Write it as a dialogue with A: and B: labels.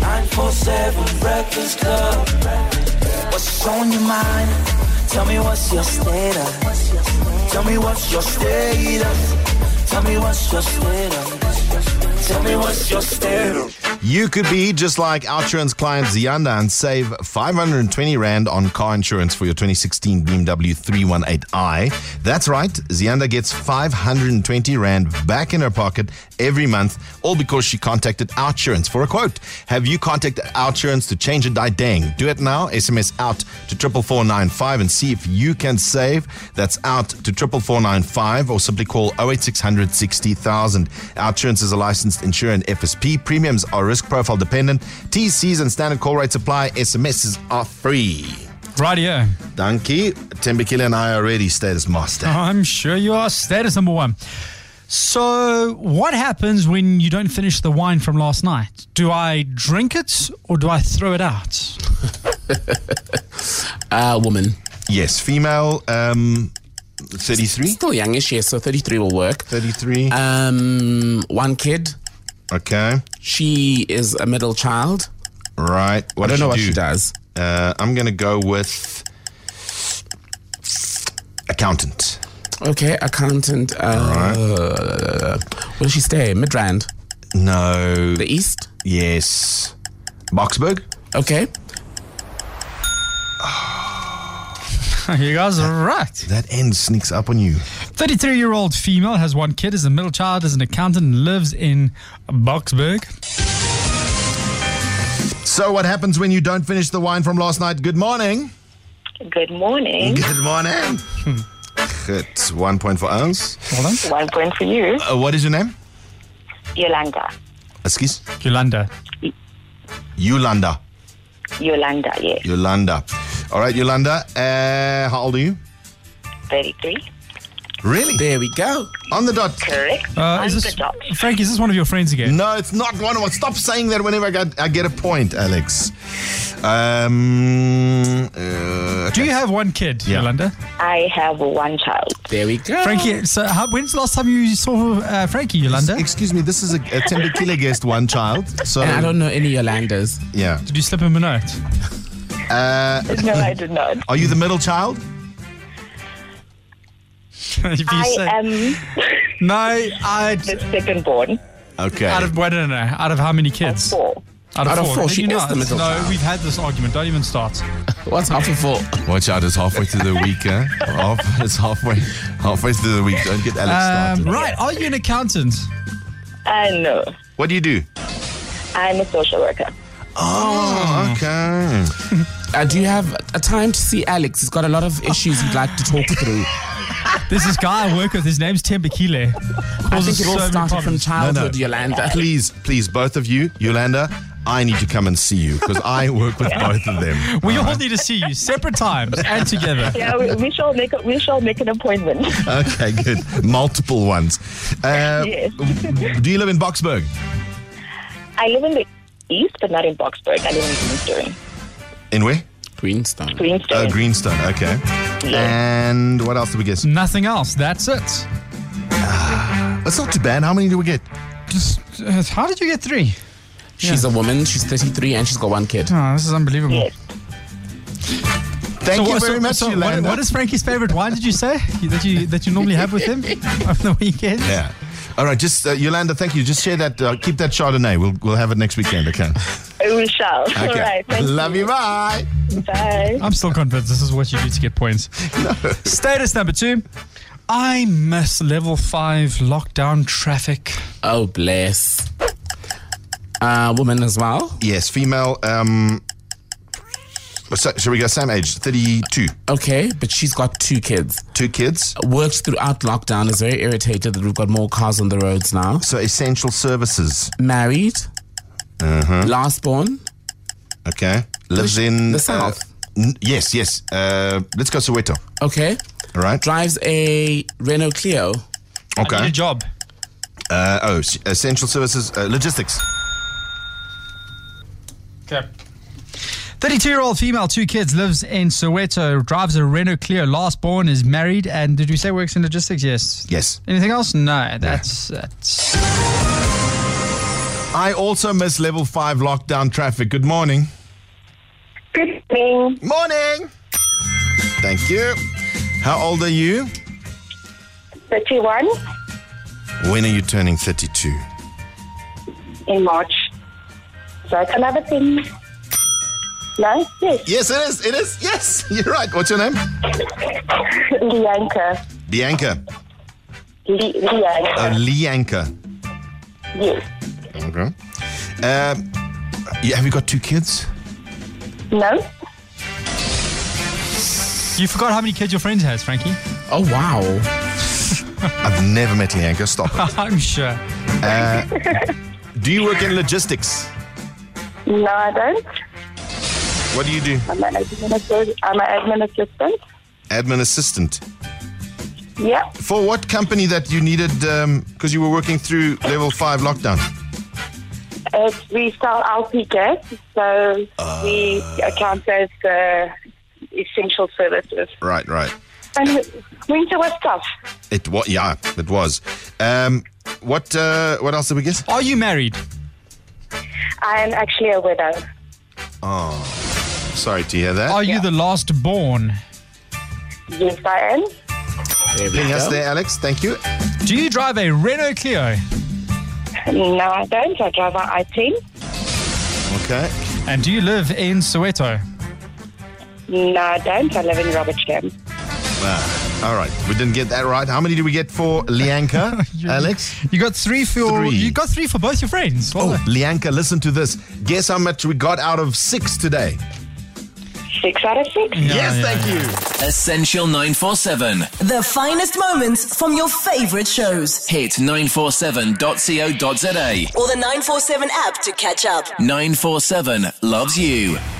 A: 947 Breakfast Club.
B: What's on your mind? Tell me what's your status. Tell me what's your status. Tell me what's your status. Tell me what's your status.
C: You could be just like Outrance client Zianda and save 520 Rand on car insurance for your 2016 BMW 318i. That's right, Zianda gets 520 Rand back in her pocket every month, all because she contacted Outrance for a quote. Have you contacted Outrance to change a die dang? Do it now. SMS out to 44495 and see if you can save. That's out to 44495 or simply call 08600 60000. Outrance is a licensed insurer and FSP. Premiums are risk profile dependent. TCs and standard call rates apply. SMSs are free.
D: Right here.
C: Danke. Tembekile and I already status master.
D: I'm sure you are. Status number one. So, what happens when you don't finish the wine from last night? Do I drink it or do I throw it out?
E: Uh, woman.
C: Yes, female, um, 33?
E: Still youngish, yes, so 33 will work.
C: 33.
E: Uh, Um, one kid.
C: okay.
E: She is a middle child.
C: Right. What
E: I don't
C: does
E: know what
C: do?
E: she does.
C: Uh, I'm going to go with accountant.
E: Okay, accountant. Uh, Where does she stay? Midrand.
C: No.
E: The East?
C: Yes. Boxburg?
E: Okay.
D: you guys are right.
C: That end sneaks up on you.
D: 33 year old female has one kid, is a middle child, is an accountant, and lives in Boxburg.
C: So, what happens when you don't finish the wine from last night? Good morning.
F: Good morning.
C: Good morning. It's 1.4 ounce.
D: Well done.
F: One point for you,
C: Uh, what is your name?
F: Yolanda.
C: Excuse?
D: Yolanda.
C: Yolanda.
F: Yolanda, yes,
C: Yolanda. All right, Yolanda. Uh, how old are you?
F: 33.
C: Really?
E: There we go.
C: On the dot.
F: Correct.
D: Uh, is
F: On
D: this,
F: the dot.
D: Frankie, is this one of your friends again?
C: No, it's not one of Stop saying that whenever I get, I get a point, Alex. Um, uh,
D: Do you have one kid,
C: Yeah.
D: Yolanda?
F: I have one child.
E: There we go.
D: Frankie, so how, when's the last time you saw uh, Frankie, Yolanda?
C: Excuse me, this is a, a tender killer guest, one child. So,
E: And I don't know any Yolandas.
C: yeah.
D: Did you slip him a note?
C: Uh,
F: No, I did not.
C: are you the middle child?
D: If you
F: I
D: say-
F: am
D: No, I.
F: the second born.
C: Okay.
D: Out of I don't know. Out of how many kids?
F: Four.
E: Out of four,
D: Then
E: she
D: you know
E: is the
D: it.
E: middle
D: No,
E: child.
D: we've had this argument. Don't even start.
E: What's half of four?
C: Watch out, it's halfway to the week, huh? Half, it's halfway, halfway through the week. Don't get Alex
D: Um,
C: started.
D: right? Are you an accountant?
F: Uh, no,
C: What do you do?
F: I'm a social worker.
C: Oh, okay.
E: Uh, do you have a time to see Alex? He's got a lot of issues he'd like to talk through.
D: There's this guy I work with. His name's Tembekile.
E: I think it all started from childhood,
C: No, no.
E: Yolanda.
C: Uh, Please, please, both of you, Yolanda, I need to come and see you because I work with both of them.
D: We all need to see you separate times and together.
F: Yeah, we, we shall make a, we shall make an appointment.
C: Okay, good. Multiple ones. Uh,
F: Yes.
C: do you live in Boxburg?
F: I live in the east, but not in Boxburg. I live in Greenstone.
C: In where?
E: Greenstone.
F: Greenstone.
C: Uh, Greenstone, okay. And what else did we get?
D: Nothing else. That's it.
C: That's not too bad. How many do we get?
D: Just uh, how did you get three?
E: She's a woman. She's 33 and she's got one kid.
D: Oh, this is unbelievable.
F: Yes,
C: Thank
D: So
C: you
D: what-
C: very
D: so-
C: much,
D: so what-
C: Yolanda.
D: what is Frankie's favorite wine? Did you say that you that you normally have with him on the weekend?
C: Yeah. All right, just uh, Yolanda, thank you. Just share that. Uh, keep that Chardonnay. We'll we'll have it next weekend. Okay.
F: we shall. All right. Thank
C: Love you. Bye.
F: you. Bye.
D: I'm still convinced this is what you do to get points. Status number two. I miss level five lockdown traffic.
E: Oh, bless. Uh, woman as well.
C: Yes, female. Um. So, shall we go same age? Thirty-two.
E: Okay, but she's got two kids.
C: Two kids.
D: Oh.
E: Worked throughout lockdown, is very irritated that we've got more cars on the roads now.
C: So essential services.
E: Married. Last born.
C: Okay. lives
E: The-
C: in
E: the south?
C: uh, n- yes, yes. Uh, let's go Soweto.
E: Okay.
C: All right.
E: Drives a Renault Clio.
D: I need
C: Okay.
D: a job.
C: Uh, oh, s- essential services, uh, logistics.
D: Okay. 32 year old female, two kids, lives in Soweto, drives a Renault Clio, last born, is married, and did we say works in logistics? Yes.
C: Yes.
D: Anything else? No, that's. that's
C: I also miss level five lockdown traffic. Good morning.
F: Good morning.
C: Morning. Thank you. How old are you?
F: 31
C: When are you turning 32?
F: in March. So I can have a thing. No? Yes.
C: Yes, it is. It is. Yes, you're right. What's your name?
F: Lianka.
C: Bianca.
F: Li- Lianka.
C: Oh, Lianca.
F: yes.
C: Okay. Um, you- have you got two kids?
F: No?
D: you forgot how many kids your friend has, Frankie.
E: Oh wow.
C: I've never met Lianca. Stop it.
D: I'm sure.
C: Do you work in logistics?
F: No, I don't.
C: What do you do?
F: I'm an admin assistant. I'm an admin assistant.
C: Admin assistant.
F: Yeah.
C: For what company that you needed, because you were working through level five lockdown?
F: It's, we sell LP gas, so we account as uh, essential services.
C: Right, right.
F: And winter was tough.
C: It was, yeah, it was. Um, what uh, what else did we get?
D: Are you married?
F: I am actually a widow.
C: Sorry to hear that.
D: Are you the last born?
F: Yes, I am.
E: There we
C: Getting us
E: go.
C: there, Alex. Thank you.
D: Do you drive a Renault Clio?
F: No, I don't. I drive an I-10.
C: Okay.
D: And do you live in Soweto?
F: No, I don't. I live in Robertsham.
C: Ah, all right. We didn't get that right. How many did we get for Lianka, Alex?
D: You got three for
C: Three.
D: you got three for both your friends. Well
C: Oh,
D: done.
C: Lianka, listen to this. Guess how much we got out of six today?
F: Six out of six.
D: Yeah,
C: yes,
D: yeah,
C: thank you.
G: Essential 947.
H: The finest moments from your favorite shows.
G: Hit 947.co.za.
H: Or the 947 app to catch up.
G: 947 loves you.